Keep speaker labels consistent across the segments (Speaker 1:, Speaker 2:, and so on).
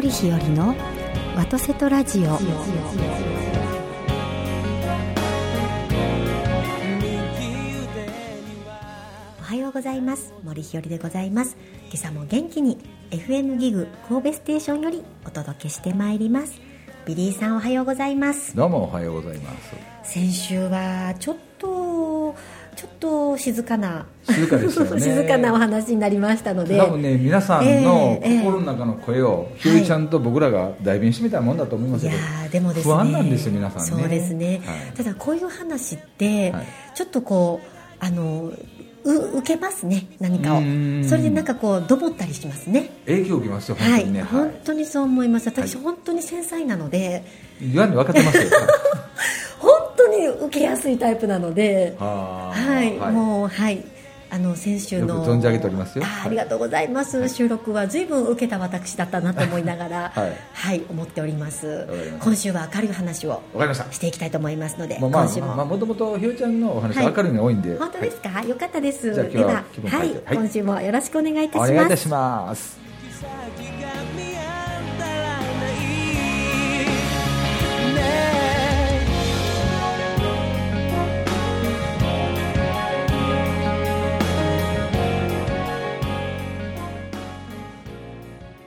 Speaker 1: 井日和のワトセトラジオおはようございます森日和でございます今朝も元気に FM ギグ神戸ステーションよりお届けしてまいりますビリーさんおはようございます
Speaker 2: どうもおはようございます
Speaker 1: 先週はちょっとちょっと静かな
Speaker 2: 静かで したよね
Speaker 1: 静かなお話になりましたので
Speaker 2: 多分ね皆さんの
Speaker 1: ええええ
Speaker 2: 心の中の声を、ひよりちゃんと僕らが代弁してみたもんだと思いま
Speaker 1: い
Speaker 2: す
Speaker 1: や
Speaker 2: けど、
Speaker 1: ーでもですね
Speaker 2: 不安なんですよ皆さんね
Speaker 1: そうですね、
Speaker 2: はい
Speaker 1: ただこういう話って、
Speaker 2: はい
Speaker 1: ちょっとこうあのう受けますね何かを
Speaker 2: うん
Speaker 1: それでなんかこうどぼったりしますね
Speaker 2: 影響を受けますよ本
Speaker 1: は
Speaker 2: 当
Speaker 1: い、
Speaker 2: にね、はい
Speaker 1: 本当にそう思います私、
Speaker 2: はい
Speaker 1: 本当に繊細なので
Speaker 2: 言わんで分かってます よ
Speaker 1: 本当に受けやすいタイプなので
Speaker 2: は
Speaker 1: はい、
Speaker 2: う
Speaker 1: もうはいあの先週の
Speaker 2: よく存じ上げておりますよ
Speaker 1: あー
Speaker 2: はい
Speaker 1: ありがとうございます、
Speaker 2: はい
Speaker 1: 収録は随分受けた私だったなと思いながら
Speaker 2: はい
Speaker 1: 思っております
Speaker 2: かりました
Speaker 1: 今週は明るい話を
Speaker 2: 分かりました
Speaker 1: していきたいと思いますので、
Speaker 2: まあまあ
Speaker 1: 今週も、
Speaker 2: まあもともとひよりちゃんのお話
Speaker 1: は
Speaker 2: はい明るいのが多いんで、
Speaker 1: 本当ですか、よかったです
Speaker 2: じゃあ今
Speaker 1: で
Speaker 2: 日
Speaker 1: は
Speaker 2: は、気分
Speaker 1: は
Speaker 2: 変
Speaker 1: い
Speaker 2: えてはい
Speaker 1: 今週もよろしくお願いいたし
Speaker 2: は
Speaker 1: ま
Speaker 2: い
Speaker 1: す
Speaker 2: お願いいたします
Speaker 3: 「先が見当たらない」「ねえ」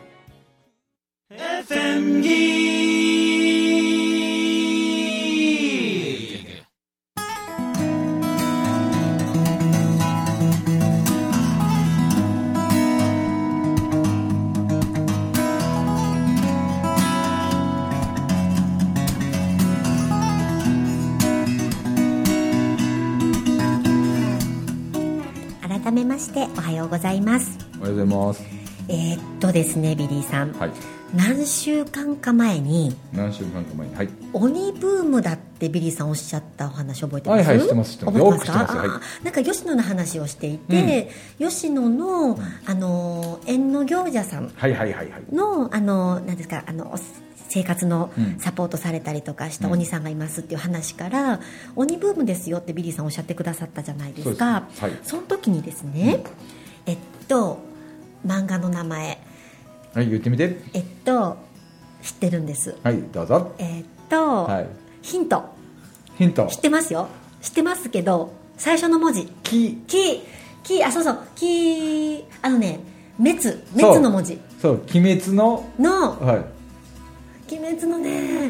Speaker 3: 「FM ギー」
Speaker 1: 改めましておはようございます
Speaker 2: おはようござい
Speaker 1: えーっとですねビリーさん、
Speaker 2: ますはい
Speaker 1: 何週間か前に
Speaker 2: 何週間か前にはい
Speaker 1: 鬼ブームだってビリーさんおっしゃったお話覚えてます
Speaker 2: はいはい知ってます知ってます
Speaker 1: 覚えてま
Speaker 2: よく
Speaker 1: す
Speaker 2: 知って
Speaker 1: か
Speaker 2: ます
Speaker 1: あーなんか吉野の話をしていて、吉野の、あのー縁の行者さん
Speaker 2: はいはいはいはい
Speaker 1: のあのなんですかあのお生活の
Speaker 2: うん
Speaker 1: サポートされたりとかした
Speaker 2: うん
Speaker 1: 鬼さんがいますっていう話から、鬼ブームですよってビリーさんおっしゃってくださったじゃないで
Speaker 2: そう
Speaker 1: す
Speaker 2: です
Speaker 1: か
Speaker 2: は
Speaker 1: そ
Speaker 2: い
Speaker 1: の時にですね、えっと漫画の名前
Speaker 2: はい言ってみて
Speaker 1: えっと知ってるんです
Speaker 2: はいどうぞ
Speaker 1: えっと、
Speaker 2: はい
Speaker 1: ヒント
Speaker 2: ヒント
Speaker 1: 知ってますよ知ってますけど最初の文字「
Speaker 2: き
Speaker 1: き」「き」あそうそう「き」あのね「滅」「滅」の文字
Speaker 2: そう「鬼滅の」
Speaker 1: の「
Speaker 2: はい
Speaker 1: 鬼滅のね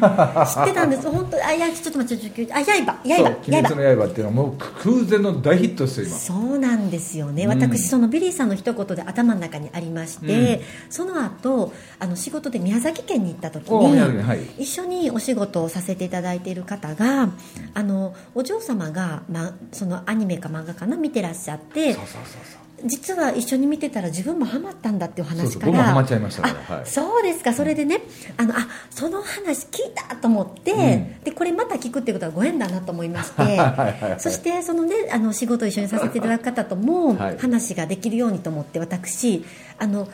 Speaker 1: 知ってたん です本当あいやちょっと待ってちょっと待ってあ刃
Speaker 2: そう
Speaker 1: 刃
Speaker 2: 「鬼
Speaker 1: 刃
Speaker 2: 滅
Speaker 1: 刃
Speaker 2: の刃」っていうのはもう空前の大ヒットですよ今
Speaker 1: そうなんですよね、
Speaker 2: うん
Speaker 1: 私そのビリーさんの一言で頭の中にありまして、その後あの仕事で宮崎県に行った時
Speaker 2: お宮崎
Speaker 1: に
Speaker 2: 県はい
Speaker 1: 一緒にお仕事をさせていただいている方があのお嬢様が、ま、そのアニメか漫画かな見てらっしゃって
Speaker 2: そうそうそうそ
Speaker 1: 実は一緒に見てたら自分もハマったんだっていう
Speaker 2: うそう
Speaker 1: 話
Speaker 2: そう
Speaker 1: から
Speaker 2: 僕もハマっちゃいましたから
Speaker 1: あ
Speaker 2: はい
Speaker 1: そうですか、それでね、あのあその話聞いたと思って、
Speaker 2: ん
Speaker 1: でこれまた聞くってことはご縁だなと思いまして
Speaker 2: はいはいはい
Speaker 1: そしてその、ね、あの仕事を一緒にさせていただく方とも
Speaker 2: はい
Speaker 1: 話ができるようにと思って、私、あの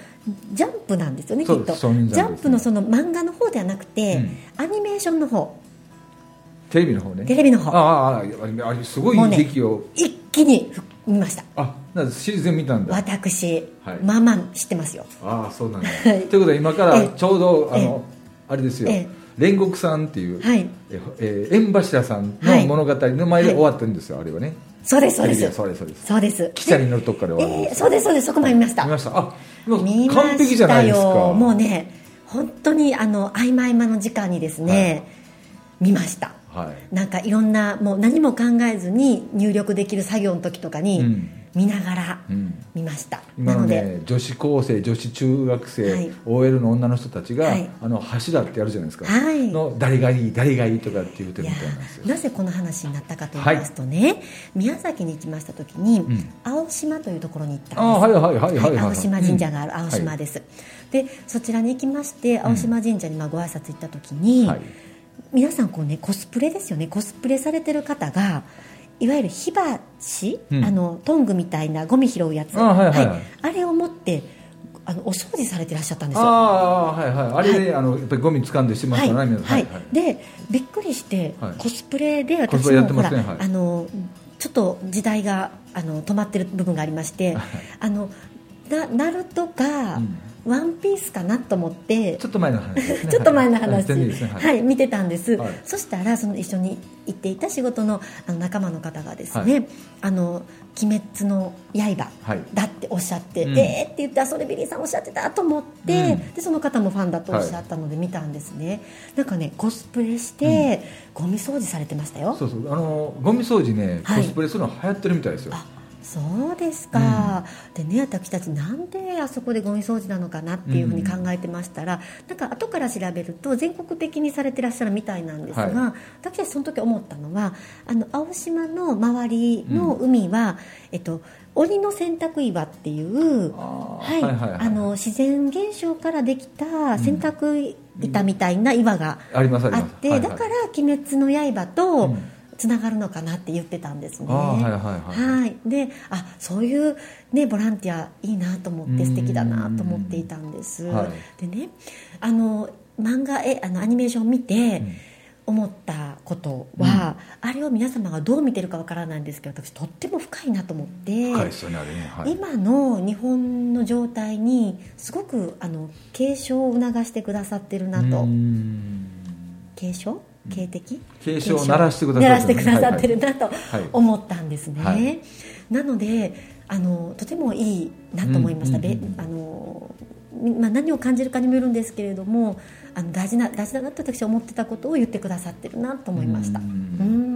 Speaker 1: ジャンプなんですよね、き
Speaker 2: そ
Speaker 1: っ
Speaker 2: う
Speaker 1: と、
Speaker 2: です少年ジ
Speaker 1: ジ
Speaker 2: ャン
Speaker 1: ャ
Speaker 2: プ
Speaker 1: ン
Speaker 2: ですね
Speaker 1: プのその漫画の方ではなくて、
Speaker 2: うん
Speaker 1: アニメーションの方
Speaker 2: テレビの方ね
Speaker 1: テレビの
Speaker 2: あ
Speaker 1: 方
Speaker 2: ああああれすごい
Speaker 1: もうね
Speaker 2: 時期を
Speaker 1: 一気に見ました、
Speaker 2: あなんかシリーズ全部見たんだ
Speaker 1: 私、
Speaker 2: はい
Speaker 1: まあまあ知ってますよ。
Speaker 2: ああそうなんだ と
Speaker 1: はい
Speaker 2: いうことで今か
Speaker 1: え
Speaker 2: ら
Speaker 1: え
Speaker 2: ちょうどあのあれですよ
Speaker 1: ええ
Speaker 2: 煉獄さんっていう
Speaker 1: はい
Speaker 2: ええー縁柱さん
Speaker 1: は
Speaker 2: の
Speaker 1: い
Speaker 2: 物語の前で
Speaker 1: はい
Speaker 2: 終わってるんですよあれはね
Speaker 1: そうですそうで
Speaker 2: テレビ
Speaker 1: す
Speaker 2: はそうですそうです
Speaker 1: そうです
Speaker 2: 汽車に乗るとこから終わるん
Speaker 1: え
Speaker 2: で
Speaker 1: ー
Speaker 2: す
Speaker 1: そうですそうですそこまで見ました
Speaker 2: 見ましたあもう
Speaker 1: 見ましたよ
Speaker 2: 完璧じゃないですか
Speaker 1: もうね本当にあの合間合間の時間にですね、見ました
Speaker 2: はい
Speaker 1: なんかいろんなもう何も考えずに入力できる作業の時とかに
Speaker 2: うん
Speaker 1: 見ながら
Speaker 2: うん
Speaker 1: 見ました、
Speaker 2: 今
Speaker 1: な
Speaker 2: の
Speaker 1: ので、
Speaker 2: ね女子高生女子中学生、
Speaker 1: はい
Speaker 2: OL の女の人たちが、
Speaker 1: はい
Speaker 2: あの柱ってやるじゃないですか、
Speaker 1: はい
Speaker 2: の誰がいい誰がいいとかって言うて
Speaker 1: い
Speaker 2: る
Speaker 1: や
Speaker 2: みたいなんですよ
Speaker 1: なぜこの話になったかと言いますとね、宮崎に行きました時に、
Speaker 2: ん
Speaker 1: 青島というところに行ったんです
Speaker 2: ああはいはいはいはいはい
Speaker 1: 青島神社がある
Speaker 2: うん
Speaker 1: 青島
Speaker 2: はい
Speaker 1: です、でそちらに行きまして青島神社にまあご挨拶行った時に、
Speaker 2: はい
Speaker 1: 皆さんこう、ね、コスプレですよねコスプレされてる方がいわゆる火鉢、
Speaker 2: うん
Speaker 1: あのトングみたいなゴミ拾うやつ
Speaker 2: あはいはいはい
Speaker 1: あれを持ってあのお掃除されてらっしゃったんです
Speaker 2: あ
Speaker 1: よ
Speaker 2: あはいはいあれね、あのやっぱりゴミ掴んでしまう
Speaker 1: は
Speaker 2: か
Speaker 1: い、
Speaker 2: らね、皆さん
Speaker 1: はいでびっくりして、
Speaker 2: はい
Speaker 1: コスプレで
Speaker 2: コス
Speaker 1: 私
Speaker 2: プレや
Speaker 1: も
Speaker 2: って
Speaker 1: ほ
Speaker 2: ま
Speaker 1: ら、
Speaker 2: すねはい
Speaker 1: あのちょっと時代があの止まってる部分がありまして、あのなナルトか、
Speaker 2: うん
Speaker 1: ワンピースかなと思って
Speaker 2: ちょっと前の話ですね
Speaker 1: ちょっと前の
Speaker 2: は
Speaker 1: 話、
Speaker 2: い全然いいですね
Speaker 1: はい、
Speaker 2: はい
Speaker 1: 見てたんです、
Speaker 2: はい
Speaker 1: そしたらその一緒に行っていた仕事のあの仲間の方がですね「
Speaker 2: は
Speaker 1: あの鬼滅の刃」
Speaker 2: はい
Speaker 1: だっておっしゃって「
Speaker 2: うん
Speaker 1: えーって言ってあそれビリーさんおっしゃってたと思って、
Speaker 2: うん
Speaker 1: でその方もファンだとおっしゃったので見たんですね、なんかねコスプレして、ゴミ掃除されてましたよ
Speaker 2: そうそうあのゴミ掃除ね
Speaker 1: はい
Speaker 2: コスプレするの流行ってるみたいですよ、
Speaker 1: あそうですか、でね私たちなんであそこでゴミ掃除なのかなっていうふうに考えてましたら、なんか後から調べると全国的にされてらっしゃるみたいなんですが、
Speaker 2: は
Speaker 1: 私たちその時思ったのはあの青島の周りの海は、えっと、鬼の洗濯岩っていう
Speaker 2: あー
Speaker 1: はいあの自然現象からできた洗濯板みたいな岩が
Speaker 2: ありますあり
Speaker 1: あ
Speaker 2: ま
Speaker 1: っ
Speaker 2: す
Speaker 1: て、
Speaker 2: はいは
Speaker 1: だ
Speaker 2: い
Speaker 1: から「鬼滅の刃」
Speaker 2: う
Speaker 1: と
Speaker 2: ん
Speaker 1: つながるのかなって言ってたんですね。
Speaker 2: ああはいはいはい
Speaker 1: はい、であそういう、ね、ボランティアいいなと思って
Speaker 2: うん
Speaker 1: 素敵だなと思っていたんです、
Speaker 2: はい
Speaker 1: でねあの漫画えあのアニメーション見て思ったことは、あれを皆様がどう見てるかわからないんですけど私とっても深いなと思って、
Speaker 2: 深いですよねあれねはい
Speaker 1: 今の日本の状態にすごくあの継承を促してくださってるなと。
Speaker 2: うん
Speaker 1: 継承警的
Speaker 2: 警鐘を鳴らしてくださってる
Speaker 1: 鳴らしてくださってるなと
Speaker 2: い
Speaker 1: 思ったんですね、
Speaker 2: はい
Speaker 1: なのであのとてもいいなと思いました、
Speaker 2: うん
Speaker 1: べ
Speaker 2: うん
Speaker 1: あのみまあ、何を感じるかにもよるんですけれどもあの大事な大事だなと私は思ってたことを言ってくださってるなと思いましたう
Speaker 2: うんん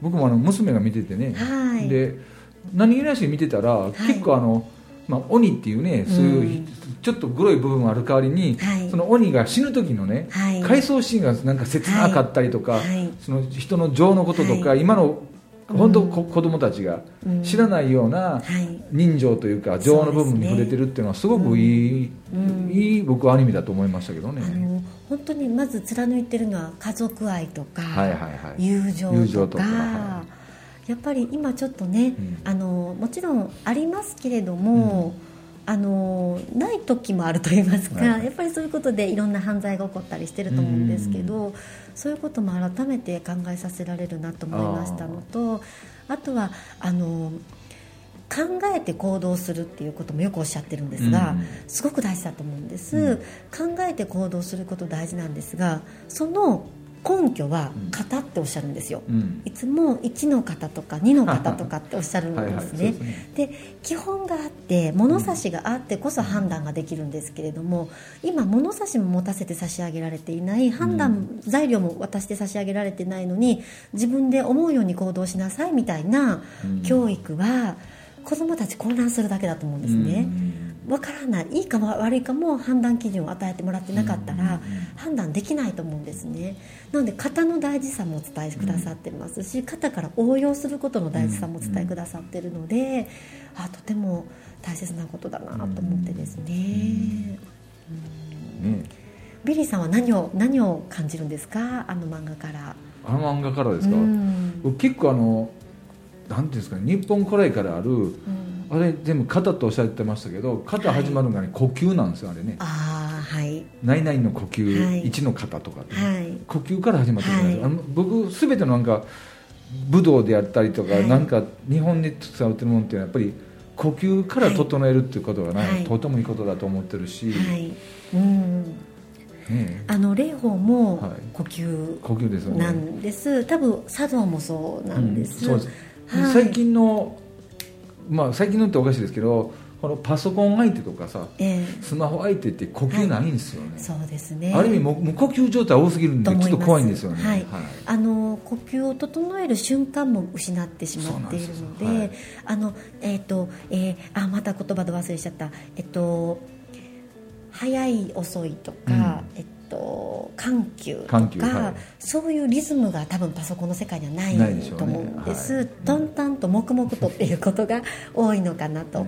Speaker 2: 僕もあの娘が見ててね、
Speaker 1: はい
Speaker 2: で何気ないし見てた
Speaker 1: い
Speaker 2: ら、結構あの、まあ、鬼っていうねそういううんちょっとグロい部分がある代わりに、
Speaker 1: はい
Speaker 2: その鬼が死ぬ時のね、
Speaker 1: はい
Speaker 2: 回想シーンがなんか切なかったりとか、
Speaker 1: はい
Speaker 2: その人の情のこととか、
Speaker 1: はい
Speaker 2: 今の本当こ、子供たちが
Speaker 1: うん
Speaker 2: 知らないよう
Speaker 1: は
Speaker 2: な
Speaker 1: い
Speaker 2: 人情というか情の部分に触れてるっていうのはすごくいい、
Speaker 1: うん
Speaker 2: いい僕はアニメだと思いましたけどね。
Speaker 1: あの本当にまず貫いてるのは家族愛とか、
Speaker 2: はいはいはい
Speaker 1: 友情とか
Speaker 2: 友情とかは
Speaker 1: やっぱり今ちょっとね、
Speaker 2: ん
Speaker 1: あのもちろんありますけれども、あのない時もあると言いますか、
Speaker 2: はいはい
Speaker 1: やっぱりそういうことでいろんな犯罪が起こったりしてると思うんですけど、そういうことも改めて考えさせられるなと思いましたのとあとはあの考えて行動するっていうこともよくおっしゃってるんですが、
Speaker 2: うん
Speaker 1: すごく大事だと思うんです、
Speaker 2: うん
Speaker 1: 考えて行動すること大事なんですがその根拠は型っておっしゃるんですよ、
Speaker 2: うん
Speaker 1: いつも1の型とか2の型とかっておっしゃるん
Speaker 2: はいは
Speaker 1: です
Speaker 2: いそうで
Speaker 1: ね
Speaker 2: すね
Speaker 1: で基本があって物差しがあってこそ判断ができるんですけれども今物差しも持たせて差し上げられていない判断材料も渡して差し上げられてないのに自分で思うように行動しなさいみたいな
Speaker 2: うん
Speaker 1: 教育は子どもたち混乱するだけだと思うんですね。わからないいいか悪いかも判断基準を与えてもらってなかったら判断できないと思うんですねなので型の大事さもお伝えくださってますし型から応用することの大事さもお伝えくださってるのであとても大切なことだなと思ってですね
Speaker 2: ね
Speaker 1: ビリーさんは何を何を感じるんですかあの漫画から
Speaker 2: あの漫画からですか、
Speaker 1: うん
Speaker 2: 僕結構あのなんていうんですかね日本古来からある
Speaker 1: うん
Speaker 2: あれ全部肩とおっしゃってましたけど肩始まるのがね、呼吸なんですよあれね
Speaker 1: ああはい
Speaker 2: 「ナイナイの呼吸、
Speaker 1: はい
Speaker 2: 1の肩」とかってね、
Speaker 1: はい
Speaker 2: 呼吸から始まってくるんですよ、
Speaker 1: はい
Speaker 2: あの僕全てのなんか武道であったりとか、
Speaker 1: はい
Speaker 2: なんか日本で使われてるものっていうのはやっぱり呼吸から整えるっていうことがね、
Speaker 1: はい
Speaker 2: とてもいいことだと思ってるし、
Speaker 1: はいうん
Speaker 2: ねえ
Speaker 1: あの霊峰も
Speaker 2: はい
Speaker 1: 呼吸
Speaker 2: 呼吸ですよね
Speaker 1: なんです、多分茶道もそうなんです、
Speaker 2: うんそうです
Speaker 1: はい
Speaker 2: 最近のまあ最近のっておかしいですけどこのパソコン相手とかさ
Speaker 1: ええ
Speaker 2: スマホ相手って呼吸ないんですよね、
Speaker 1: そうですね
Speaker 2: ある意味もう無呼吸状態多すぎるんでちょっと怖いんですよね
Speaker 1: はいあの呼吸を整える瞬間も失ってしまっているので
Speaker 2: そうなんで
Speaker 1: あのえっ、と、えーあまた言葉で忘れちゃったえっ、と早い遅いとか、えっと緩急とか
Speaker 2: 緩急はい
Speaker 1: そういうリズムが多分パソコンの世界にはない
Speaker 2: ないでしょうね
Speaker 1: と思うんです、
Speaker 2: はい
Speaker 1: 淡々と黙々とっていうことが多いのかなと、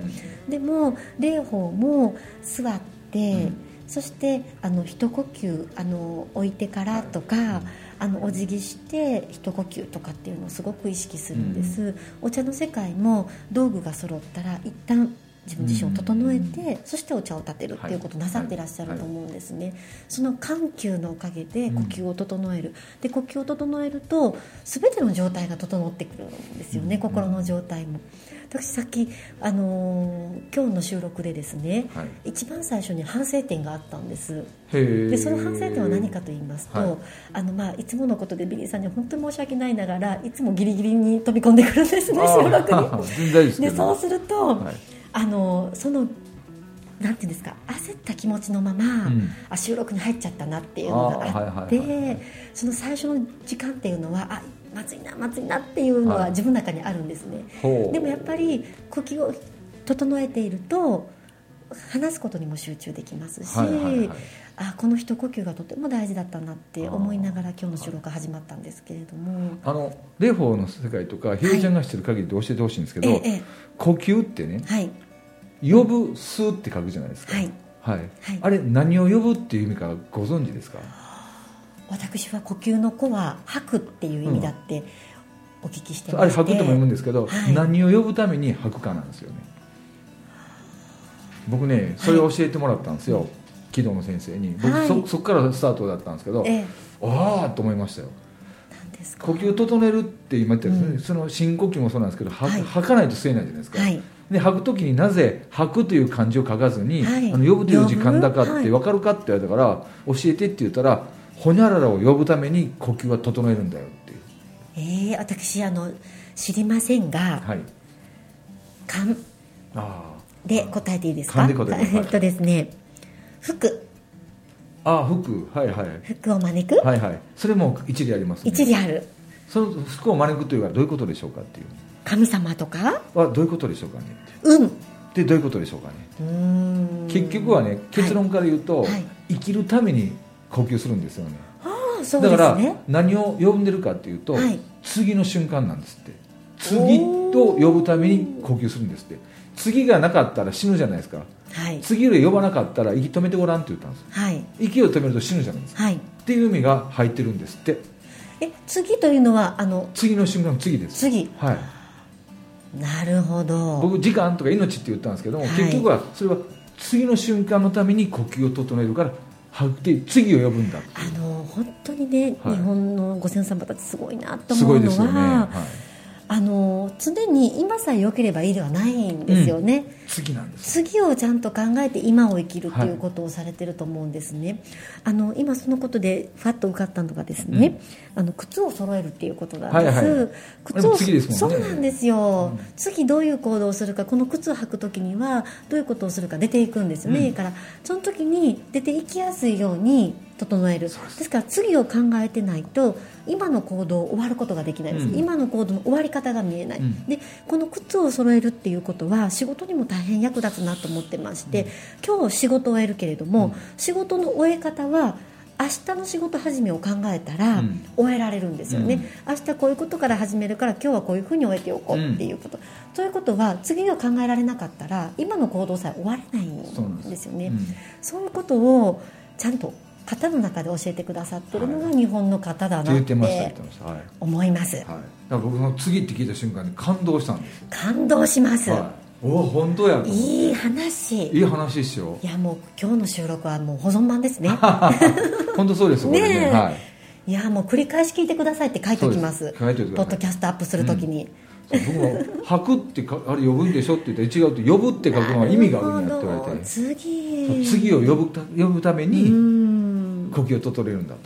Speaker 1: でも霊峰も座って、
Speaker 2: うん
Speaker 1: そしてあの一呼吸あの置いてからとか、あのお辞儀して一呼吸とかっていうのをすごく意識するんです、お茶の世界も道具が揃ったら一旦自分自身を整えて、そしてお茶を立てるっていうことをなさってらっしゃると思うんですね、その緩急のおかげで呼吸を整える、で呼吸を整えると全ての状態が整ってくるんですよね、
Speaker 2: うん
Speaker 1: 心の状態も私さっき、あのー今日の収録でですね
Speaker 2: はい、
Speaker 1: 一番最初に反省点があったんです
Speaker 2: へえ
Speaker 1: でその反省点は何かと言いますと、
Speaker 2: はい
Speaker 1: あのまあ、いつものことでビリーさんに本当に申し訳ないながらいつもギリギリに飛び込んでくるんですね
Speaker 2: あ
Speaker 1: 収
Speaker 2: ー
Speaker 1: 録
Speaker 2: 全然大丈夫です
Speaker 1: に。
Speaker 2: け
Speaker 1: で
Speaker 2: ど
Speaker 1: そうすると、
Speaker 2: はい
Speaker 1: あのそのなんていうんですか焦った気持ちのまま、
Speaker 2: うん
Speaker 1: あ収録に入っちゃったなっていうのがあって
Speaker 2: あーはいはいはいはい
Speaker 1: その最初の時間っていうのはあまずいなまずいなっていうの
Speaker 2: はい
Speaker 1: は自分の中にあるんですね、
Speaker 2: ほう
Speaker 1: でもやっぱり呼吸を整えていると話すことにも集中できますし、
Speaker 2: はいはいはい
Speaker 1: あこの一呼吸がとても大事だったなって思いながら今日の収録が始まったんですけれども、
Speaker 2: あの霊法の世界とかひよりちゃんが知ってる限りで教えてほしいんですけ
Speaker 1: え
Speaker 2: ど、
Speaker 1: えええ
Speaker 2: 呼吸ってね
Speaker 1: はい
Speaker 2: 呼ぶ「す」って書くじゃないですか
Speaker 1: はい、
Speaker 2: はい
Speaker 1: はい
Speaker 2: あれ何を呼ぶっていう意味かご存知ですか
Speaker 1: 私は呼吸の子は吐くっていう意味だってお聞きして
Speaker 2: あ
Speaker 1: ま
Speaker 2: れ
Speaker 1: して、
Speaker 2: 吐くとも読むんですけど、
Speaker 1: はい
Speaker 2: 何を呼ぶために吐くかなんですよね僕ねそれを教えてもらったんですよ、木戸の先生に僕、
Speaker 1: はい
Speaker 2: そそこからスタートだったんですけど、
Speaker 1: ええ
Speaker 2: ああと思いましたよ
Speaker 1: なんですか
Speaker 2: 呼吸を整えるって今言ったように、
Speaker 1: うん
Speaker 2: その深呼吸もそうなんですけど吐,、
Speaker 1: はい
Speaker 2: 吐かないと吸えないじゃないですか、
Speaker 1: はい
Speaker 2: で吐く時になぜ吐くという漢字を書かずに、
Speaker 1: はい
Speaker 2: あの呼ぶという字簡だ
Speaker 1: 呼ぶ
Speaker 2: かっ
Speaker 1: は
Speaker 2: て
Speaker 1: い
Speaker 2: 分かるかって言われたから、教えてって言ったらほにゃららを呼ぶために呼吸は整えるんだよっていう
Speaker 1: ええ私あの知りませんが
Speaker 2: はい
Speaker 1: 勘
Speaker 2: あ
Speaker 1: で答えていいですか
Speaker 2: 勘で答えてください
Speaker 1: えっとですね服
Speaker 2: ーあー服はいはい
Speaker 1: 服を招く、
Speaker 2: はいはいそれも一理あります、ね、
Speaker 1: 一理ある
Speaker 2: その服を招くというのはどういうことでしょうかっていう
Speaker 1: 神様とか
Speaker 2: あどういうことでしょうかね
Speaker 1: 運う
Speaker 2: でどういうことでしょうかね
Speaker 1: ーん
Speaker 2: 結局はね結論から言うと、
Speaker 1: はいはい
Speaker 2: 生きるために呼吸するんですよね
Speaker 1: ああそうで
Speaker 2: だ
Speaker 1: す
Speaker 2: から
Speaker 1: ね
Speaker 2: 何を呼んでるかっていうと、
Speaker 1: はい
Speaker 2: 次の瞬間なんですって次と呼ぶために呼吸するんですって次がなかったら死ぬじゃないですか
Speaker 1: はい
Speaker 2: 次より呼ばなかったら息止めてごらんって言ったんです
Speaker 1: はい
Speaker 2: 息を止めると死ぬじゃないですか
Speaker 1: はい
Speaker 2: っていう意味が入ってるんですって
Speaker 1: え次というのはあの
Speaker 2: 次の瞬間の次です
Speaker 1: 次
Speaker 2: はい
Speaker 1: なるほど
Speaker 2: 僕時間とか命って言ったんですけども、
Speaker 1: はい
Speaker 2: 結局はそれは次の瞬間のために呼吸を整えるから吐いて次を呼ぶんだってい
Speaker 1: あ
Speaker 2: う
Speaker 1: の本当にね、
Speaker 2: はい
Speaker 1: 日本のご先祖様たちすごいなと
Speaker 2: す
Speaker 1: 思
Speaker 2: ご
Speaker 1: う
Speaker 2: いで
Speaker 1: の
Speaker 2: すよね、
Speaker 1: は、
Speaker 2: は
Speaker 1: あの常に今さえ良ければいいではないんですよね、
Speaker 2: い、次なんです
Speaker 1: 次をちゃんと考えて今を生きるということをされてると思うんですね、あの今そのことでふわっと受かったのがですね、あの靴を揃えるっていうことなんです、
Speaker 2: はいはい
Speaker 1: 靴を
Speaker 2: でも次ですもんね
Speaker 1: そうなんですよ、
Speaker 2: うん
Speaker 1: 次どういう行動をするかこの靴を履く時にはどういうことをするか出ていくんですよね、
Speaker 2: うん
Speaker 1: 家からその時に出ていきやすいように整える
Speaker 2: そうです
Speaker 1: ですから次を考えてないと今の行動を終わることができないです、
Speaker 2: うん
Speaker 1: 今の行動の終わり方が見えない、
Speaker 2: うん
Speaker 1: でこの靴を揃えるっていうことは仕事にも大変役立つなと思ってまして、今日仕事を終えるけれども、
Speaker 2: うん
Speaker 1: 仕事の終え方は明日の仕事始めを考えたら、
Speaker 2: うん
Speaker 1: 終えられるんですよね、明日こういうことから始めるから今日はこういうふうに終えておこうっていうこと、ということは次を考えられなかったら今の行動さえ終われない
Speaker 2: そうなんで
Speaker 1: ん
Speaker 2: す
Speaker 1: ですよね。
Speaker 2: うん
Speaker 1: そういうことをちゃんと型の中で教えてくださってるのが日本の型だ
Speaker 2: って
Speaker 1: な
Speaker 2: 言
Speaker 1: っ
Speaker 2: ってました言っててましたはい、はい、
Speaker 1: 思います
Speaker 2: だから僕の次って聞いた瞬間に感動したんです、
Speaker 1: 感動します、
Speaker 2: はい、おお本当やと思って
Speaker 1: い、い話
Speaker 2: い
Speaker 1: い
Speaker 2: い話ですよ
Speaker 1: やもう今日の収録はもう保存版ですね
Speaker 2: 本当そうですよこれ
Speaker 1: ねえ
Speaker 2: はい
Speaker 1: いやもう繰り返し聞いてくださいって書いておきま
Speaker 2: そう
Speaker 1: す
Speaker 2: です書いておいてく
Speaker 1: ポ
Speaker 2: ださい
Speaker 1: ッドキャストアップするときに、
Speaker 2: そう僕も「吐く」ってかあれ呼ぶんでしょって言ったら違うと「呼ぶ」って書くのは意味があるんやっ
Speaker 1: な
Speaker 2: て言われ
Speaker 1: るほど
Speaker 2: てそう
Speaker 1: 次
Speaker 2: 次を呼ぶた呼ぶため
Speaker 1: う
Speaker 2: に
Speaker 1: ん
Speaker 2: 呼吸を整えるんだと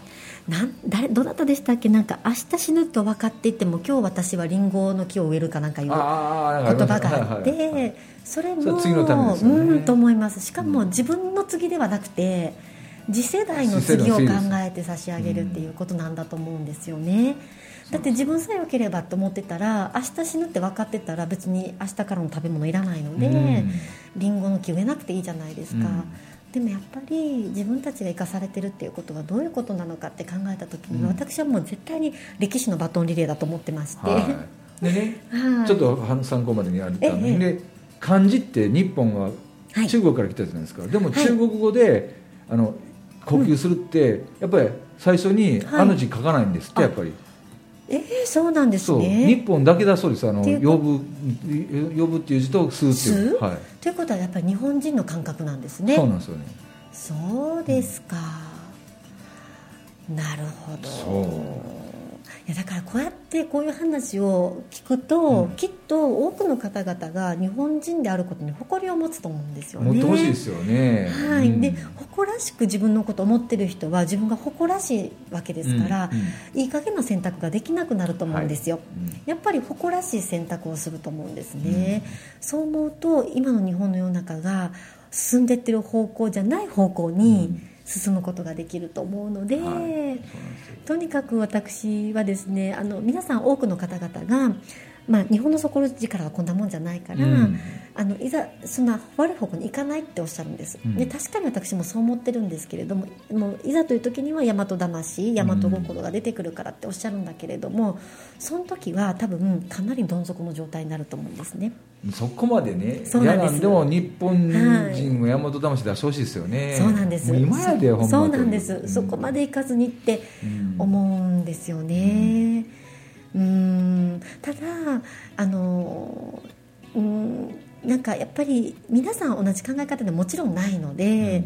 Speaker 1: なん誰どなたでしたっけなんか明日死ぬと分かっていても今日私はリンゴの木を植えるかなんかいう
Speaker 2: ああ
Speaker 1: 言葉があっ
Speaker 2: はいはい
Speaker 1: てそれ
Speaker 2: それ
Speaker 1: も
Speaker 2: は次のためですよね
Speaker 1: うんと思いますしかも自分の次ではなくて次世代の次を考えて差し上げるっていうことなんだと思うんですよねだって自分さえ良ければと思ってたら明日死ぬって分かってたら別に明日からの食べ物いらないので、
Speaker 2: うん
Speaker 1: リンゴの木植えなくていいじゃないですか、
Speaker 2: うん
Speaker 1: でもやっぱり自分たちが生かされてるっていうことがどういうことなのかって考えた時に、
Speaker 2: うん
Speaker 1: 私はもう絶対に歴史のバトンリレーだと思ってまして、
Speaker 2: はい、でね
Speaker 1: はい
Speaker 2: ちょっとは参考までにやったの
Speaker 1: え
Speaker 2: に
Speaker 1: え
Speaker 2: で漢字って日本は
Speaker 1: はい
Speaker 2: 中国から来たじゃないですか、でも
Speaker 1: はい
Speaker 2: 中国語で、あの呼吸するって、やっぱり最初に
Speaker 1: はい
Speaker 2: あの字書かないんですって、
Speaker 1: あ
Speaker 2: やっぱり
Speaker 1: えーそうなんです
Speaker 2: そう、日
Speaker 1: ね
Speaker 2: 本だけだそうですあの
Speaker 1: っていうか
Speaker 2: 呼ぶ呼ぶっていう字と「す」っていう
Speaker 1: す
Speaker 2: はい、
Speaker 1: ということはやっぱり日本人の感覚なんですね
Speaker 2: そうなんですよね
Speaker 1: そうですかなるほど
Speaker 2: そう
Speaker 1: いやだからこうやってこういう話を聞くと、
Speaker 2: うん
Speaker 1: きっと多くの方々が日本人であることに誇りを持つと思うんですよね。
Speaker 2: 持ってほしいですよね。
Speaker 1: はい
Speaker 2: うん
Speaker 1: で誇らしく自分のことを思ってる人は自分が誇らしいわけですから、
Speaker 2: うんうん
Speaker 1: いい加減な選択ができなくなると思うんですよ、
Speaker 2: うん
Speaker 1: やっぱり誇らしい選択をすると思うんですね、そう思うと今の日本の世の中が進んでってる方向じゃない方向に進むことができると思うので、
Speaker 2: はいそうなんですよ
Speaker 1: とにかく私はですねあの皆さん多くの方々が、まあ、日本の底力はこんなもんじゃないから、
Speaker 2: うん
Speaker 1: あのいざそんな悪い方向に行かないっておっしゃるんです、
Speaker 2: うん
Speaker 1: で確かに私もそう思ってるんですけれどももういざという時には大和魂大和心が出てくるからっておっしゃるんだけれども、その時は多分かなりどん底の状態になると思うんですね、
Speaker 2: そこまでね、
Speaker 1: そうなんです
Speaker 2: 嫌なんでも日本人を山本魂出してほしいですよね。
Speaker 1: そうなんです
Speaker 2: もう今やで、ほんま
Speaker 1: そうなんで
Speaker 2: う
Speaker 1: すそこまで行かずにって思うんですよね。うーんただあのうーんなんかやっぱり皆さん同じ考え方でもちろんないので、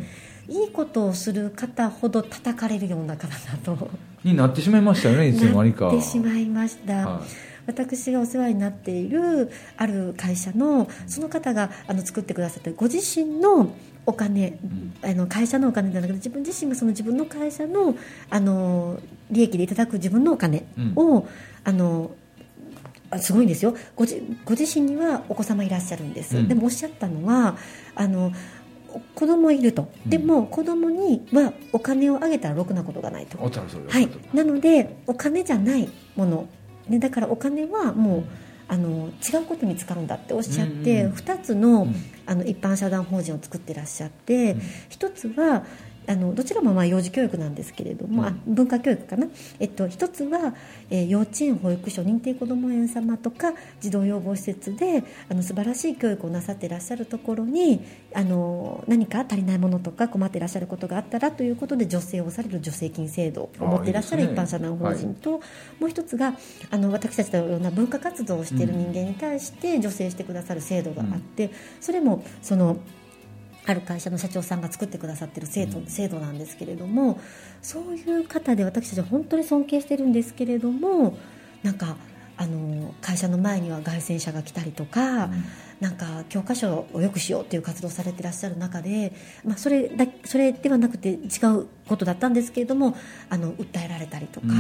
Speaker 1: いいことをする方ほど叩かれるような方だと
Speaker 2: になってしまいましたよね、いつの間にか。
Speaker 1: なってしまいました。
Speaker 2: はい
Speaker 1: 私がお世話になっているある会社のその方があの作ってくださってるご自身のお金、あの会社のお金じゃなくて自分自身がその自分の会社のあの利益でいただく自分のお金を、あのあすごいんですよごじご自身にはお子様いらっしゃるんです、
Speaker 2: うん
Speaker 1: でもおっしゃったのはあの子供いると
Speaker 2: うん
Speaker 1: でも子供にはお金をあげたらろくなことがないと
Speaker 2: おったらそれ
Speaker 1: はい、なのでお金じゃないもの、ね、だからお金はもうあの違うことに使うんだっておっしゃって、
Speaker 2: うんうん
Speaker 1: 2つの,、
Speaker 2: うん
Speaker 1: あの一般社団法人を作ってらっしゃって、1つはあのどちらもまあ幼児教育なんですけれども、
Speaker 2: うん
Speaker 1: あ文化教育かな、えっと、1つは、えー幼稚園保育所認定こども園様とか児童養護施設であの素晴らしい教育をなさってらっしゃるところにあの何か足りないものとか困ってらっしゃることがあったらということで助成をされる助成金制度を持っていらっしゃる
Speaker 2: あ
Speaker 1: 一
Speaker 2: あいいで
Speaker 1: 般社
Speaker 2: すね
Speaker 1: 団法人と、もう一つがあの私たちのような文化活動をしている人間に対して助成してくださる制度があって、それもそのある会社の社長さんが作ってくださってる制度,、制度なんですけれどもそういう方で私たちは本当に尊敬してるんですけれどもなんかあの会社の前には凱旋者が来たりとか。なんか教科書を良くしようっていう活動をされていらっしゃる中で、まあ、それだそれではなくて違うことだったんですけれどもあの訴えられたりとか
Speaker 2: うん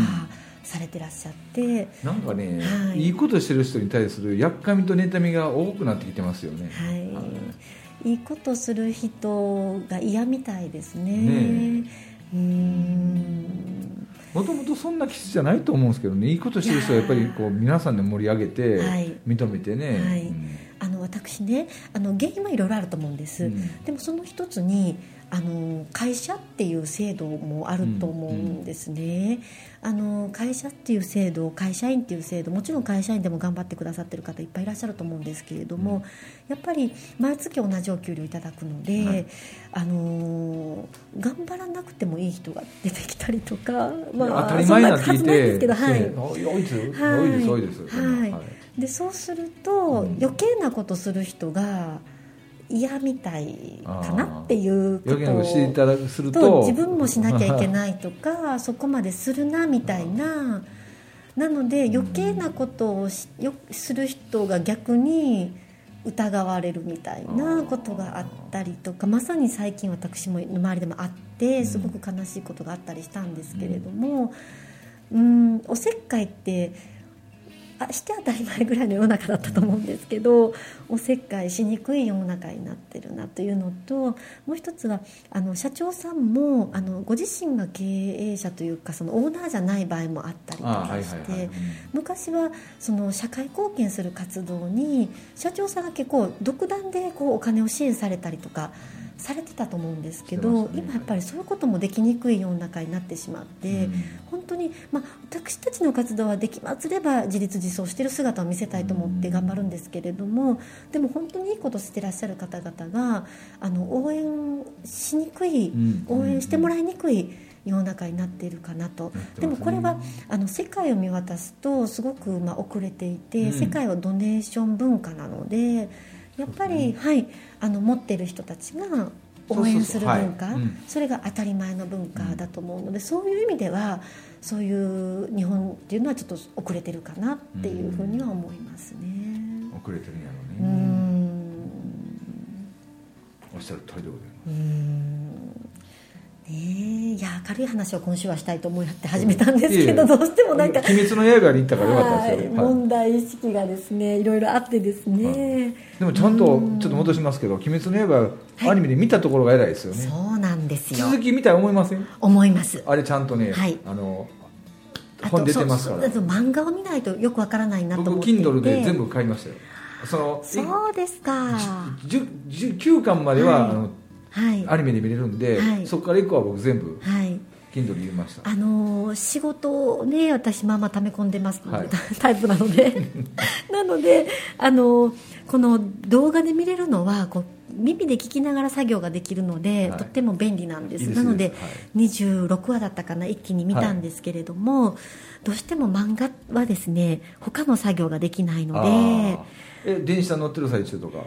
Speaker 1: されてらっしゃって、
Speaker 2: なんかね、
Speaker 1: はい
Speaker 2: い、いことしてる人に対するやっかみと妬みが多くなってきてますよね。
Speaker 1: はい
Speaker 2: はい
Speaker 1: いいことする人が嫌みたいですね。
Speaker 2: ね
Speaker 1: うーん
Speaker 2: もともとそんな気質じゃないと思うんですけどね、いいことしてる人はやっぱりこう皆さんで盛り上げて
Speaker 1: はい、
Speaker 2: 認めてね、
Speaker 1: はい
Speaker 2: うん
Speaker 1: あの私ねあの原因はいろいろあると思うんです、
Speaker 2: うん
Speaker 1: でもその一つにあの会社っていう制度もあると思うんですね、あの会社っていう制度会社員っていう制度もちろん会社員でも頑張ってくださってる方いっぱいいらっしゃると思うんですけれども、
Speaker 2: うん
Speaker 1: やっぱり毎月同じお給料いただくので、
Speaker 2: はい
Speaker 1: あの頑張らなくてもいい人が出てきたりとか、
Speaker 2: 当たり前になってき
Speaker 1: そんはずないんです
Speaker 2: て、
Speaker 1: けど、はい
Speaker 2: ね多いですよ、
Speaker 1: はい
Speaker 2: 多いです、多いです、
Speaker 1: はい
Speaker 2: はい
Speaker 1: でそうすると、
Speaker 2: うん
Speaker 1: 余計なことする人が嫌みたいかなっていうこ
Speaker 2: 余計なことしてい
Speaker 1: と
Speaker 2: ただくする
Speaker 1: と
Speaker 2: と
Speaker 1: 自分もしなきゃいけないと かそこまでするなみたいななので余計なことをしよする人が逆に疑われるみたいなことがあったりとかまさに最近私も周りでもあってすごく悲しいことがあったりしたんですけれどもうんおせっかいってあして当たり前ぐらいの世の中だったと思うんですけどおせっかいしにくい世の中になってるなというのともう一つはあの社長さんもあのご自身が経営者というかそのオーナーじゃない場合もあったりと
Speaker 2: あ ーは
Speaker 1: か
Speaker 2: い
Speaker 1: し
Speaker 2: はいはい
Speaker 1: て
Speaker 2: うん。
Speaker 1: 昔はその社会貢献する活動に社長さんが結構独断でこうお金を支援されたりとかされてたと思うんですけど、
Speaker 2: してましたね
Speaker 1: 今やっぱりそういうこともできにくい世の中になってしまって、
Speaker 2: うん
Speaker 1: 本当に、まあ、私たちの活動はできますれば自立自走している姿を見せたいと思って頑張るんですけれどもでも本当にいいことしてらっしゃる方々があの応援しにくい
Speaker 2: うん
Speaker 1: 応援してもらいにくい世の中になっているかなと
Speaker 2: なってますね
Speaker 1: でもこれはあの世界を見渡すとすごくまあ遅れていて、
Speaker 2: うん
Speaker 1: 世界はドネーション文化なのでやっぱり、はい、あの持ってる人たちが応援する文
Speaker 2: そうそうそう
Speaker 1: 化
Speaker 2: はいうん
Speaker 1: それが当たり前の文化だと思うのでそういう意味ではそういう日本っていうのはちょっと遅れてるかなっていうふうには思いますね。
Speaker 2: 遅れてるんや
Speaker 1: うー
Speaker 2: ろうね
Speaker 1: ん
Speaker 2: おっしゃる通りでございます
Speaker 1: うーんねえいや明るい話を今週はしたいと思って始めたんですけど、
Speaker 2: いえいえ
Speaker 1: どうしてもなんか
Speaker 2: あの鬼滅の刃に行ったからよかった
Speaker 1: は
Speaker 2: です
Speaker 1: い
Speaker 2: よ、はい
Speaker 1: 問題意識がですねいろいろあってですね、
Speaker 2: でもちゃんとちょっと戻しますけど「鬼滅の刃」
Speaker 1: はい
Speaker 2: アニメで見たところが偉いですよね、
Speaker 1: そうなんですよ
Speaker 2: 続き見たい思いません
Speaker 1: 思います
Speaker 2: あれちゃんとね、
Speaker 1: はい
Speaker 2: あの
Speaker 1: あと
Speaker 2: 本出てますから
Speaker 1: そうそうあと漫画を見ないとよくわからないなと
Speaker 2: 僕
Speaker 1: 思っていて
Speaker 2: Kindle で全部買いましたよその
Speaker 1: そうですかは
Speaker 2: 9巻までは、
Speaker 1: はい
Speaker 2: あの
Speaker 1: い
Speaker 2: アニメで見れるんで、
Speaker 1: はい
Speaker 2: そこから以降は僕全部
Speaker 1: はい
Speaker 2: Kindle で見ました
Speaker 1: あのー仕事をね私まあまあ溜め込んでます、
Speaker 2: はい
Speaker 1: タイプなので なのであのーこの動画で見れるのはこう耳で聞きながら作業ができるので、
Speaker 2: はい
Speaker 1: とっても便利なんです
Speaker 2: いいです
Speaker 1: なので、
Speaker 2: いい
Speaker 1: 26話だったかな一気に見たんですけれども、どうしても漫画はですね他の作業ができないので、
Speaker 2: あーえ電車乗ってる最中とか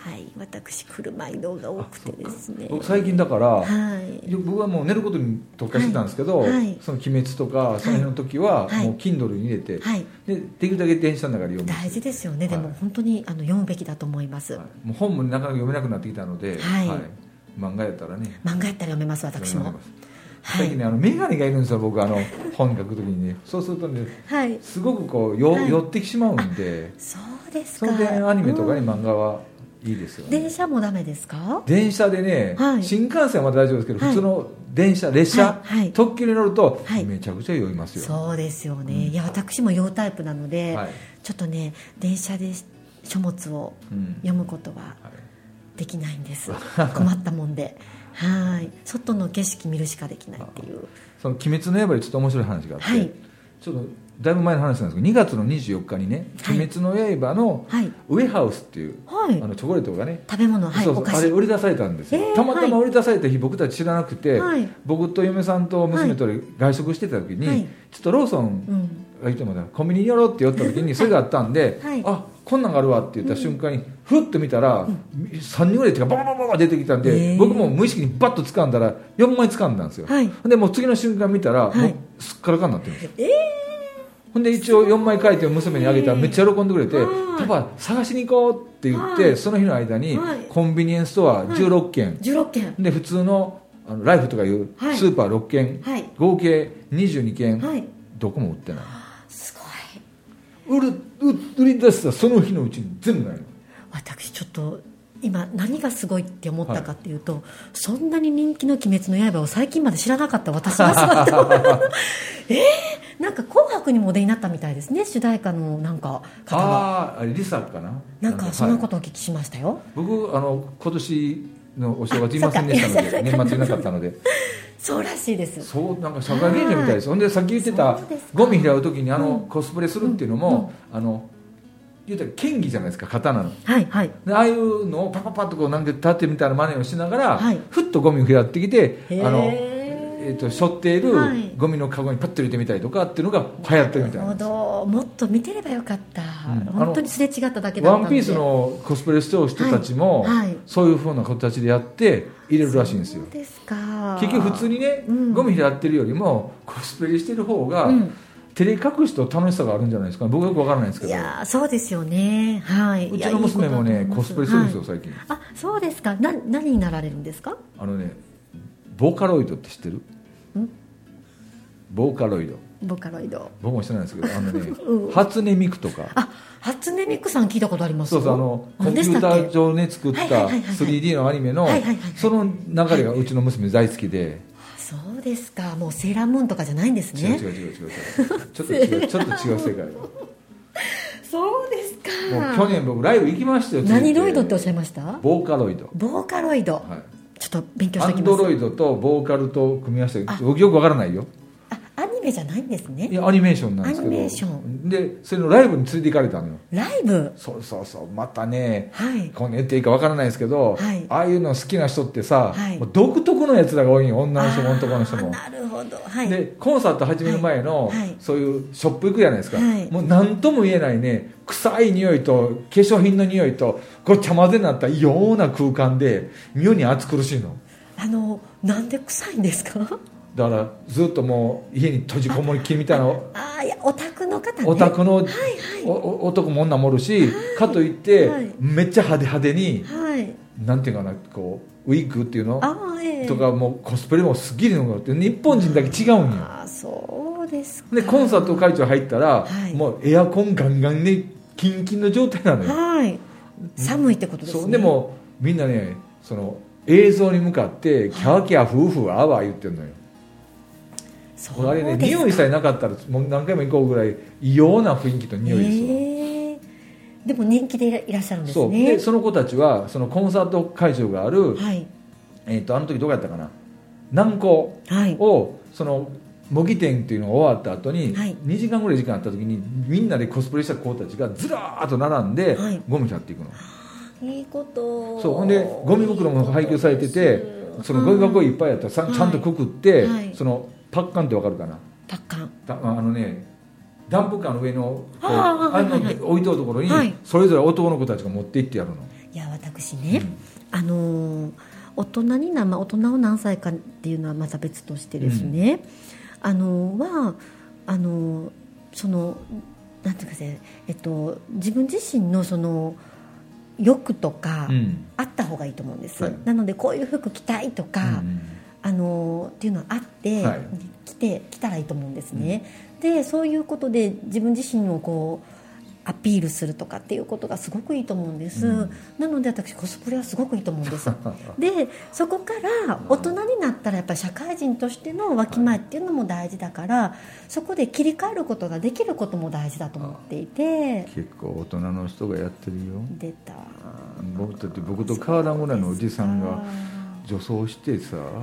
Speaker 1: はい、私車移動が多くてですね
Speaker 2: 僕最近だから、
Speaker 1: はい
Speaker 2: よ僕はもう寝ることに特化してたんですけど「
Speaker 1: はいはい
Speaker 2: その鬼滅」とかその辺の時は、
Speaker 1: はい
Speaker 2: もう Kindle に入れて、
Speaker 1: はい
Speaker 2: でできるだけ電車の中で読む
Speaker 1: 大事ですよね、
Speaker 2: は
Speaker 1: で
Speaker 2: い
Speaker 1: も本当にあの読むべきだと思います、
Speaker 2: はいもう本もなかなか読めなくなってきたので、
Speaker 1: はい
Speaker 2: 漫画やったらね
Speaker 1: 漫画やったら読めます私も
Speaker 2: 読めます
Speaker 1: は
Speaker 2: 最近
Speaker 1: い、
Speaker 2: ねあの眼鏡がいるんですよ僕 あの本書くときにねそうするとね
Speaker 1: はい、
Speaker 2: すごくこうよ、
Speaker 1: はい
Speaker 2: 寄ってきてしまうんで
Speaker 1: そうです
Speaker 2: そ
Speaker 1: か
Speaker 2: れでアニメとかね、
Speaker 1: うん
Speaker 2: 漫画はいいですよね
Speaker 1: 電車もダメですか
Speaker 2: 電車でね、
Speaker 1: はい
Speaker 2: 新幹線はまだ大丈夫ですけど、
Speaker 1: はい
Speaker 2: 普通の電車列車、
Speaker 1: はいはい
Speaker 2: 特急に乗ると、
Speaker 1: はい
Speaker 2: めちゃくちゃ酔いますよ
Speaker 1: そうですよね、
Speaker 2: うん
Speaker 1: いや私も用タイプなので、
Speaker 2: はい
Speaker 1: ちょっとね電車で書物を
Speaker 2: うん
Speaker 1: 読むことは
Speaker 2: はい
Speaker 1: できないん です、困ったもんではい外の景色見るしかできないっていう
Speaker 2: その「鬼滅の刃」でちょっと面白い話があって、
Speaker 1: はい
Speaker 2: ちょっとだいぶ前の話なんですけど2月の24日にね「
Speaker 1: はい
Speaker 2: 鬼滅の刃」の
Speaker 1: はい
Speaker 2: ウェハウスっていう、
Speaker 1: はい
Speaker 2: あのチョコレートがね
Speaker 1: 食べ物はい
Speaker 2: そうそ
Speaker 1: お
Speaker 2: う
Speaker 1: 菓
Speaker 2: あれ
Speaker 1: 子
Speaker 2: 売り出されたんですよ、
Speaker 1: えー
Speaker 2: たまたま売り出された日僕たち知らなくて、
Speaker 1: はい
Speaker 2: 僕と嫁さんと娘とで外食してた時に、
Speaker 1: はい
Speaker 2: ちょっとローソ
Speaker 1: う
Speaker 2: ン
Speaker 1: ん
Speaker 2: がいてもらうコンビニに寄ろうって寄った時にそれがあったんで、
Speaker 1: はい
Speaker 2: あこんなんがあるわって言った瞬間に、ふっと見たら、3人ぐらい手がバババババ出てきたんで、
Speaker 1: えー
Speaker 2: 僕も無意識にバッと掴んだら4枚掴んだんですよ、
Speaker 1: はい
Speaker 2: でもう次の瞬間見たら、
Speaker 1: はい
Speaker 2: もうすっからかになってるんですよ
Speaker 1: え
Speaker 2: ほんで一応4枚書いて娘にあげたらめっちゃ喜んでくれて
Speaker 1: は
Speaker 2: 「
Speaker 1: い
Speaker 2: パパ探しに行こう」って言っ
Speaker 1: は
Speaker 2: て
Speaker 1: い
Speaker 2: その日の間に
Speaker 1: はい
Speaker 2: コンビニエンスストア16
Speaker 1: ー、
Speaker 2: 軒
Speaker 1: 16件
Speaker 2: で普通のあのライフとかいう
Speaker 1: はい
Speaker 2: スーパー6軒
Speaker 1: はい
Speaker 2: 合計22軒
Speaker 1: はい
Speaker 2: どこも売ってない
Speaker 1: すごい
Speaker 2: 売る売売り出したその日のうちに全部ないの
Speaker 1: 私ちょっと今何がすごいって思ったかっていうと、そんなに人気の「鬼滅の刃」を最近まで知らなかった私がそうと思う えー、なんか「紅白」にもお出になったみたいですね主題歌のなんか方が
Speaker 2: あああれリサかな
Speaker 1: なんかそんなこととお聞きしましたよ、
Speaker 2: 僕あの今年のお正月い
Speaker 1: あ
Speaker 2: ませんでした
Speaker 1: そ
Speaker 2: の
Speaker 1: っか
Speaker 2: で年末いなかったので
Speaker 1: そうらしいです
Speaker 2: そうなんか社会現象みたいですほんでさっき言ってた
Speaker 1: そうですか
Speaker 2: ゴミ拾う時にあ
Speaker 1: うん
Speaker 2: のコスプレするっていうのも、あの言うたら剣技じゃないですか刀の
Speaker 1: はいはい
Speaker 2: でああいうのをパパパッとこうなんか立ってみたいな真似をしながら、
Speaker 1: はい
Speaker 2: ふっとゴミを拾ってきてあ
Speaker 1: へー
Speaker 2: の、えー、と背負っている
Speaker 1: はい
Speaker 2: ゴミのカゴにパッと入れてみたりとかっていうのが流行ってるみたい
Speaker 1: な
Speaker 2: な
Speaker 1: る
Speaker 2: んです
Speaker 1: ほどもっと見てればよかった、
Speaker 2: うん
Speaker 1: 本当にすれ違っただけだった
Speaker 2: ワ
Speaker 1: んで
Speaker 2: ンピースのコスプレしてる人たちも、
Speaker 1: はいはい
Speaker 2: そういうふうな形でやって入れるらしいんですよ
Speaker 1: そうですか
Speaker 2: 結局普通にね、
Speaker 1: うん
Speaker 2: ゴミ拾ってるよりもコスプレしてる方が、
Speaker 1: うん
Speaker 2: 照れ隠しと楽しさがあるんじゃないですか僕はよくわからないんですけ
Speaker 1: い
Speaker 2: ど
Speaker 1: やーそうですよねはいう
Speaker 2: ちの娘も
Speaker 1: いやい
Speaker 2: ね
Speaker 1: いことだと思います
Speaker 2: コスプレするんですよ、
Speaker 1: はい
Speaker 2: 最近
Speaker 1: あそうですかな何になられるんですか
Speaker 2: あのねボーカロイドって知ってるボーカロイド
Speaker 1: ボカロイド
Speaker 2: 僕も知らないんですけどあのね、
Speaker 1: うん
Speaker 2: 初音ミクとか
Speaker 1: あ初音ミクさん聞いたことあります
Speaker 2: そうそうあのコン
Speaker 1: 何
Speaker 2: ピ
Speaker 1: で
Speaker 2: ュ
Speaker 1: したっ
Speaker 2: ーター
Speaker 1: け
Speaker 2: 上で作っ
Speaker 1: はいはい
Speaker 2: た
Speaker 1: はいはいはい
Speaker 2: 3D のアニメの
Speaker 1: はいはいはいはい
Speaker 2: その流れがうちの娘大好きで、
Speaker 1: そうですかもうセーラームーンとかじゃないんです
Speaker 2: 違う
Speaker 1: ね
Speaker 2: 違う違う違う違うちょっと違うちょっと違 う世界も
Speaker 1: そうですか
Speaker 2: う去年僕ライブ行きましたよ
Speaker 1: 何ロイドっておっしゃい
Speaker 2: ま
Speaker 1: ました
Speaker 2: ボーカロイド
Speaker 1: ボーカロイド、
Speaker 2: はい
Speaker 1: ちょっと勉強し
Speaker 2: ア
Speaker 1: ておき
Speaker 2: ン
Speaker 1: ま
Speaker 2: ド
Speaker 1: す
Speaker 2: ロイドとボーカルと組み合わせて僕よくわからないよ
Speaker 1: あアニメメじゃないんです
Speaker 2: い
Speaker 1: ね
Speaker 2: やアニメーションなんですけど
Speaker 1: アニメーショ
Speaker 2: でそれのライブに連れて行かれたのよ
Speaker 1: ライブ
Speaker 2: そうそうそうまたね
Speaker 1: はい
Speaker 2: こう言っていいかわからないですけど、
Speaker 1: はい
Speaker 2: ああいうの好きな人ってさ、
Speaker 1: はい
Speaker 2: もう独特のやつらが多いんよ女の人も男の人も
Speaker 1: あーなるほどはい
Speaker 2: でコンサート始める前の、
Speaker 1: はいはい
Speaker 2: そういうショップ行くじゃないですか、
Speaker 1: はい
Speaker 2: もう何とも言えないね臭い匂いと化粧品の匂いとごちゃ混ぜになった異様な空間で妙に暑苦しいの
Speaker 1: あのなんで臭いんですか
Speaker 2: だからずっともう家に閉じこもりきりみたいな
Speaker 1: ああいやオタクの方ね
Speaker 2: オタクの、
Speaker 1: はい
Speaker 2: お
Speaker 1: は
Speaker 2: お男も女もおるし、かといって、
Speaker 1: はい
Speaker 2: めっちゃ派手派手に
Speaker 1: いはい
Speaker 2: なんていうかなこうウィッグっていうの
Speaker 1: ああええ
Speaker 2: とかもうコスプレもすっげえのがあって日本人だけ違うんよ
Speaker 1: ああそうですか
Speaker 2: でコンサート会場入ったら、
Speaker 1: はい
Speaker 2: もうエアコンガンガンでキンキンの状態なのよ、
Speaker 1: はい寒いってことですね
Speaker 2: そうでもみんなねその映像に向かってキャーキャーフーフーあーわー言ってるのよ、
Speaker 1: そ
Speaker 2: こ
Speaker 1: う
Speaker 2: れあ
Speaker 1: で
Speaker 2: れ
Speaker 1: す
Speaker 2: ね匂いさえなかったらもう何回も行こうぐらい異様な雰囲気と匂いですわ、
Speaker 1: ええでも人気でいらっしゃるんです
Speaker 2: そうで
Speaker 1: ね
Speaker 2: その子たちはそのコンサート会場がある、
Speaker 1: はい
Speaker 2: えー、とあの時どこやったかな南港
Speaker 1: はい
Speaker 2: をその模擬店っていうのが終わった後に、
Speaker 1: はい
Speaker 2: 2時間ぐらい時間あった時にみんなでコスプレした子たちがずらーっと並んで、
Speaker 1: はい
Speaker 2: ゴミ拾っていくの
Speaker 1: いいこと
Speaker 2: そうほんでゴミ袋も配給されててそのゴミ箱いっぱいやったらさ、
Speaker 1: はい
Speaker 2: ちゃんとくくって、
Speaker 1: はい
Speaker 2: そのパッカンってわかるかな
Speaker 1: パッカン
Speaker 2: たあのねダンプカーの上のこう
Speaker 1: あー
Speaker 2: あ
Speaker 1: はい
Speaker 2: の
Speaker 1: はいはい
Speaker 2: 置いとうところに、
Speaker 1: はい
Speaker 2: それぞれ男の子たちが持って行ってやるの、
Speaker 1: いや私ね、あのー大人にな、まあ、大人を何歳かっていうのはまた別としてですね、あのーはあのーそのなんていうかね、えっと、自分自身のその欲とか、
Speaker 2: うん
Speaker 1: あった方がいいと思うんです、
Speaker 2: はい
Speaker 1: なのでこういう服着たいとか、
Speaker 2: うん
Speaker 1: あのーっていうのはあって、
Speaker 2: はい
Speaker 1: 来て来たらいいと思うんですね、でそういうことで自分自身をこうアピールするとかっていうことがすごくいいと思うんです、
Speaker 2: うん
Speaker 1: なので私コスプレはすごくいいと思うんです でそこから大人になったらやっぱり社会人としてのわきまえっていうのも大事だから、そこで切り替えることができることも大事だと思っていて
Speaker 2: 結構大人の人がやってるよ
Speaker 1: 出た
Speaker 2: 僕だって僕と変わらんぐらいのおじさんが女装してさ
Speaker 1: あ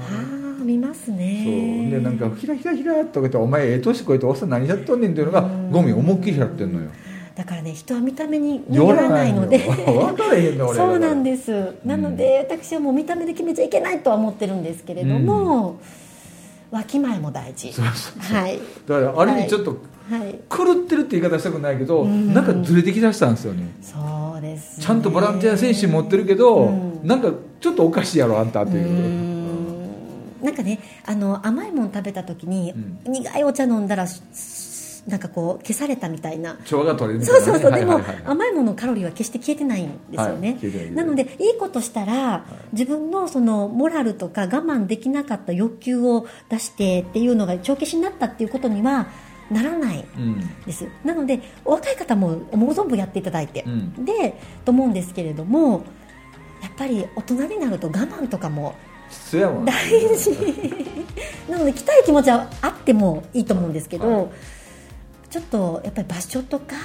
Speaker 1: あ見ますね
Speaker 2: そうでなんか「ひらひらひら」とか言って「お前ええ年こいておっさん何やっとんねん」っていうのがゴミ思いっきり拾ってんの よ
Speaker 1: だからね人は見た目にね
Speaker 2: 寄
Speaker 1: 寄
Speaker 2: ら
Speaker 1: ら
Speaker 2: な
Speaker 1: ないい
Speaker 2: の
Speaker 1: ので
Speaker 2: で 分かれへんの俺
Speaker 1: そうなん
Speaker 2: す
Speaker 1: です、なので私はもう見た目で決めちゃいけないとは思ってるんですけれども、わきまえも大事
Speaker 2: そうそう
Speaker 1: はい
Speaker 2: だからある意味ちょっと
Speaker 1: はい
Speaker 2: 狂ってるって言い方したくないけど、
Speaker 1: うん
Speaker 2: なんかずれてきだしたんですよね
Speaker 1: そうですね、
Speaker 2: ちゃんとボランティア精神持ってるけど、
Speaker 1: うん
Speaker 2: なんかちょっとおかしいやろあんたというう、
Speaker 1: んなんかねあの甘いもの食べた時に、
Speaker 2: う
Speaker 1: 苦いお茶飲んだらすなんかこう消されたみたいな
Speaker 2: 調和が取れるみた
Speaker 1: そ
Speaker 2: いう
Speaker 1: そ
Speaker 2: な
Speaker 1: うそう、でも
Speaker 2: はいはいはい
Speaker 1: 甘いもののカロリーは決して消えてないんですよね
Speaker 2: はい消えてない消えてな
Speaker 1: ないのでいいことしたら自分のそのモラルとか我慢できなかった欲求を出してっていうのが帳消しになったっていうことにはならない
Speaker 2: うん
Speaker 1: ですなのでお若い方も思う存分やっていただいて、
Speaker 2: う
Speaker 1: でと思うんですけれどもやっぱり大人になると我慢とかも
Speaker 2: 必要やもん
Speaker 1: 大事なので来たい気持ちはあってもいいと思うんですけど、
Speaker 2: は
Speaker 1: ちょっとやっぱり場所とか、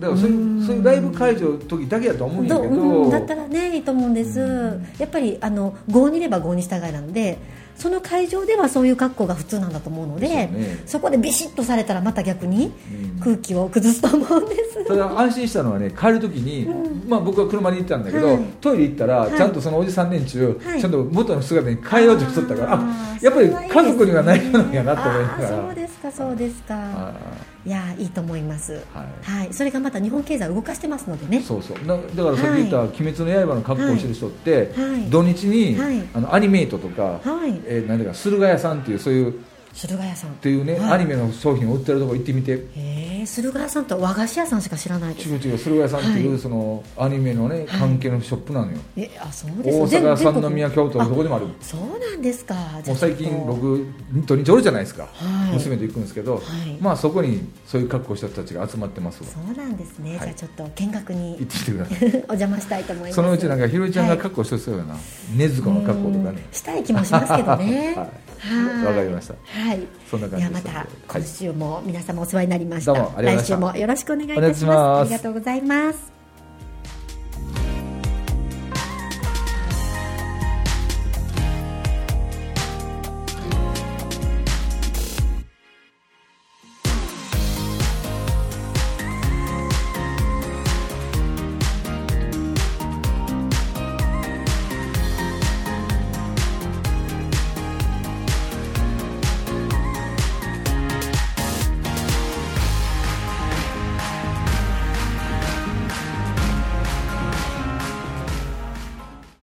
Speaker 2: だからそういう
Speaker 1: うん
Speaker 2: そういうライブ会場の時だけやと思うんや
Speaker 1: ど
Speaker 2: けど、
Speaker 1: うん、だったらねいいと思うんです、
Speaker 2: うん
Speaker 1: やっぱりあの郷にいれば郷に従いなのでその会場ではそういう格好が普通なんだと思うので
Speaker 2: ですよね
Speaker 1: そこでビシッとされたらまた逆に
Speaker 2: うん
Speaker 1: 空気を崩すと思うんです、
Speaker 2: ただ安心したのはね帰る時に、まあ、僕は車で行ったんだけど、
Speaker 1: はい
Speaker 2: トイレ行ったら、
Speaker 1: い
Speaker 2: ちゃんとそのおじさん連中、
Speaker 1: はい
Speaker 2: ちゃんと元の姿に変えようとしとったからあ
Speaker 1: あー
Speaker 2: やっぱり
Speaker 1: それはいい
Speaker 2: 家族にはないのやなと思いな
Speaker 1: あ
Speaker 2: が
Speaker 1: あ
Speaker 2: ら
Speaker 1: そうですかそうですか、
Speaker 2: あ
Speaker 1: い、やいいと思います
Speaker 2: はい
Speaker 1: はい、それがまた日本経済を動かしてますのでね
Speaker 2: ーそうそうなだからさっき言った「
Speaker 1: はい
Speaker 2: 鬼滅の刃」の格好をしてる人って、
Speaker 1: はい
Speaker 2: 土日に、
Speaker 1: はい
Speaker 2: あのアニメイトとか、
Speaker 1: はい
Speaker 2: えーなんだか駿河屋さんっていうそういう
Speaker 1: 駿河屋さん
Speaker 2: っていうね、
Speaker 1: はい
Speaker 2: アニメの商品を売ってるとこ行ってみて違
Speaker 1: へえ駿河屋さんとは和菓子屋さんしか知らないです
Speaker 2: う違う駿河屋さんっていう、
Speaker 1: はい
Speaker 2: そのアニメのね関係のショップなのよ、
Speaker 1: えあそうです
Speaker 2: 大
Speaker 1: 全
Speaker 2: 阪
Speaker 1: 部全
Speaker 2: 三
Speaker 1: 国
Speaker 2: 宮京都のどこでもある
Speaker 1: そうなんですかじ
Speaker 2: も
Speaker 1: ゃ
Speaker 2: う
Speaker 1: あちょっ
Speaker 2: 最
Speaker 1: と
Speaker 2: 近僕土日おるじゃないですか、
Speaker 1: はい
Speaker 2: 娘と行くんですけど、
Speaker 1: はい
Speaker 2: まあそこにそういう格好した人たちが集まってますわ
Speaker 1: そうなんですね、
Speaker 2: はい
Speaker 1: じゃあちょっと見学
Speaker 2: 行っ
Speaker 1: に
Speaker 2: てきてください
Speaker 1: お邪魔したいと思います
Speaker 2: そのうちなんかひろいちゃんが
Speaker 1: はい
Speaker 2: 格好してそうやな、禰豆子の格好とか
Speaker 1: う
Speaker 2: ね
Speaker 1: んしたい気もしますけどね
Speaker 2: はい
Speaker 1: はい
Speaker 2: わかりました
Speaker 1: はい
Speaker 2: そんな感
Speaker 1: で
Speaker 2: じ
Speaker 1: は
Speaker 2: で
Speaker 1: ますた
Speaker 2: はい
Speaker 1: 今週も皆様お世話になりました、
Speaker 2: どうもありがとうございました
Speaker 1: 来週もよろしくお願いい
Speaker 2: お願
Speaker 1: た
Speaker 2: いし
Speaker 1: し
Speaker 2: ます
Speaker 1: ますありがとうございます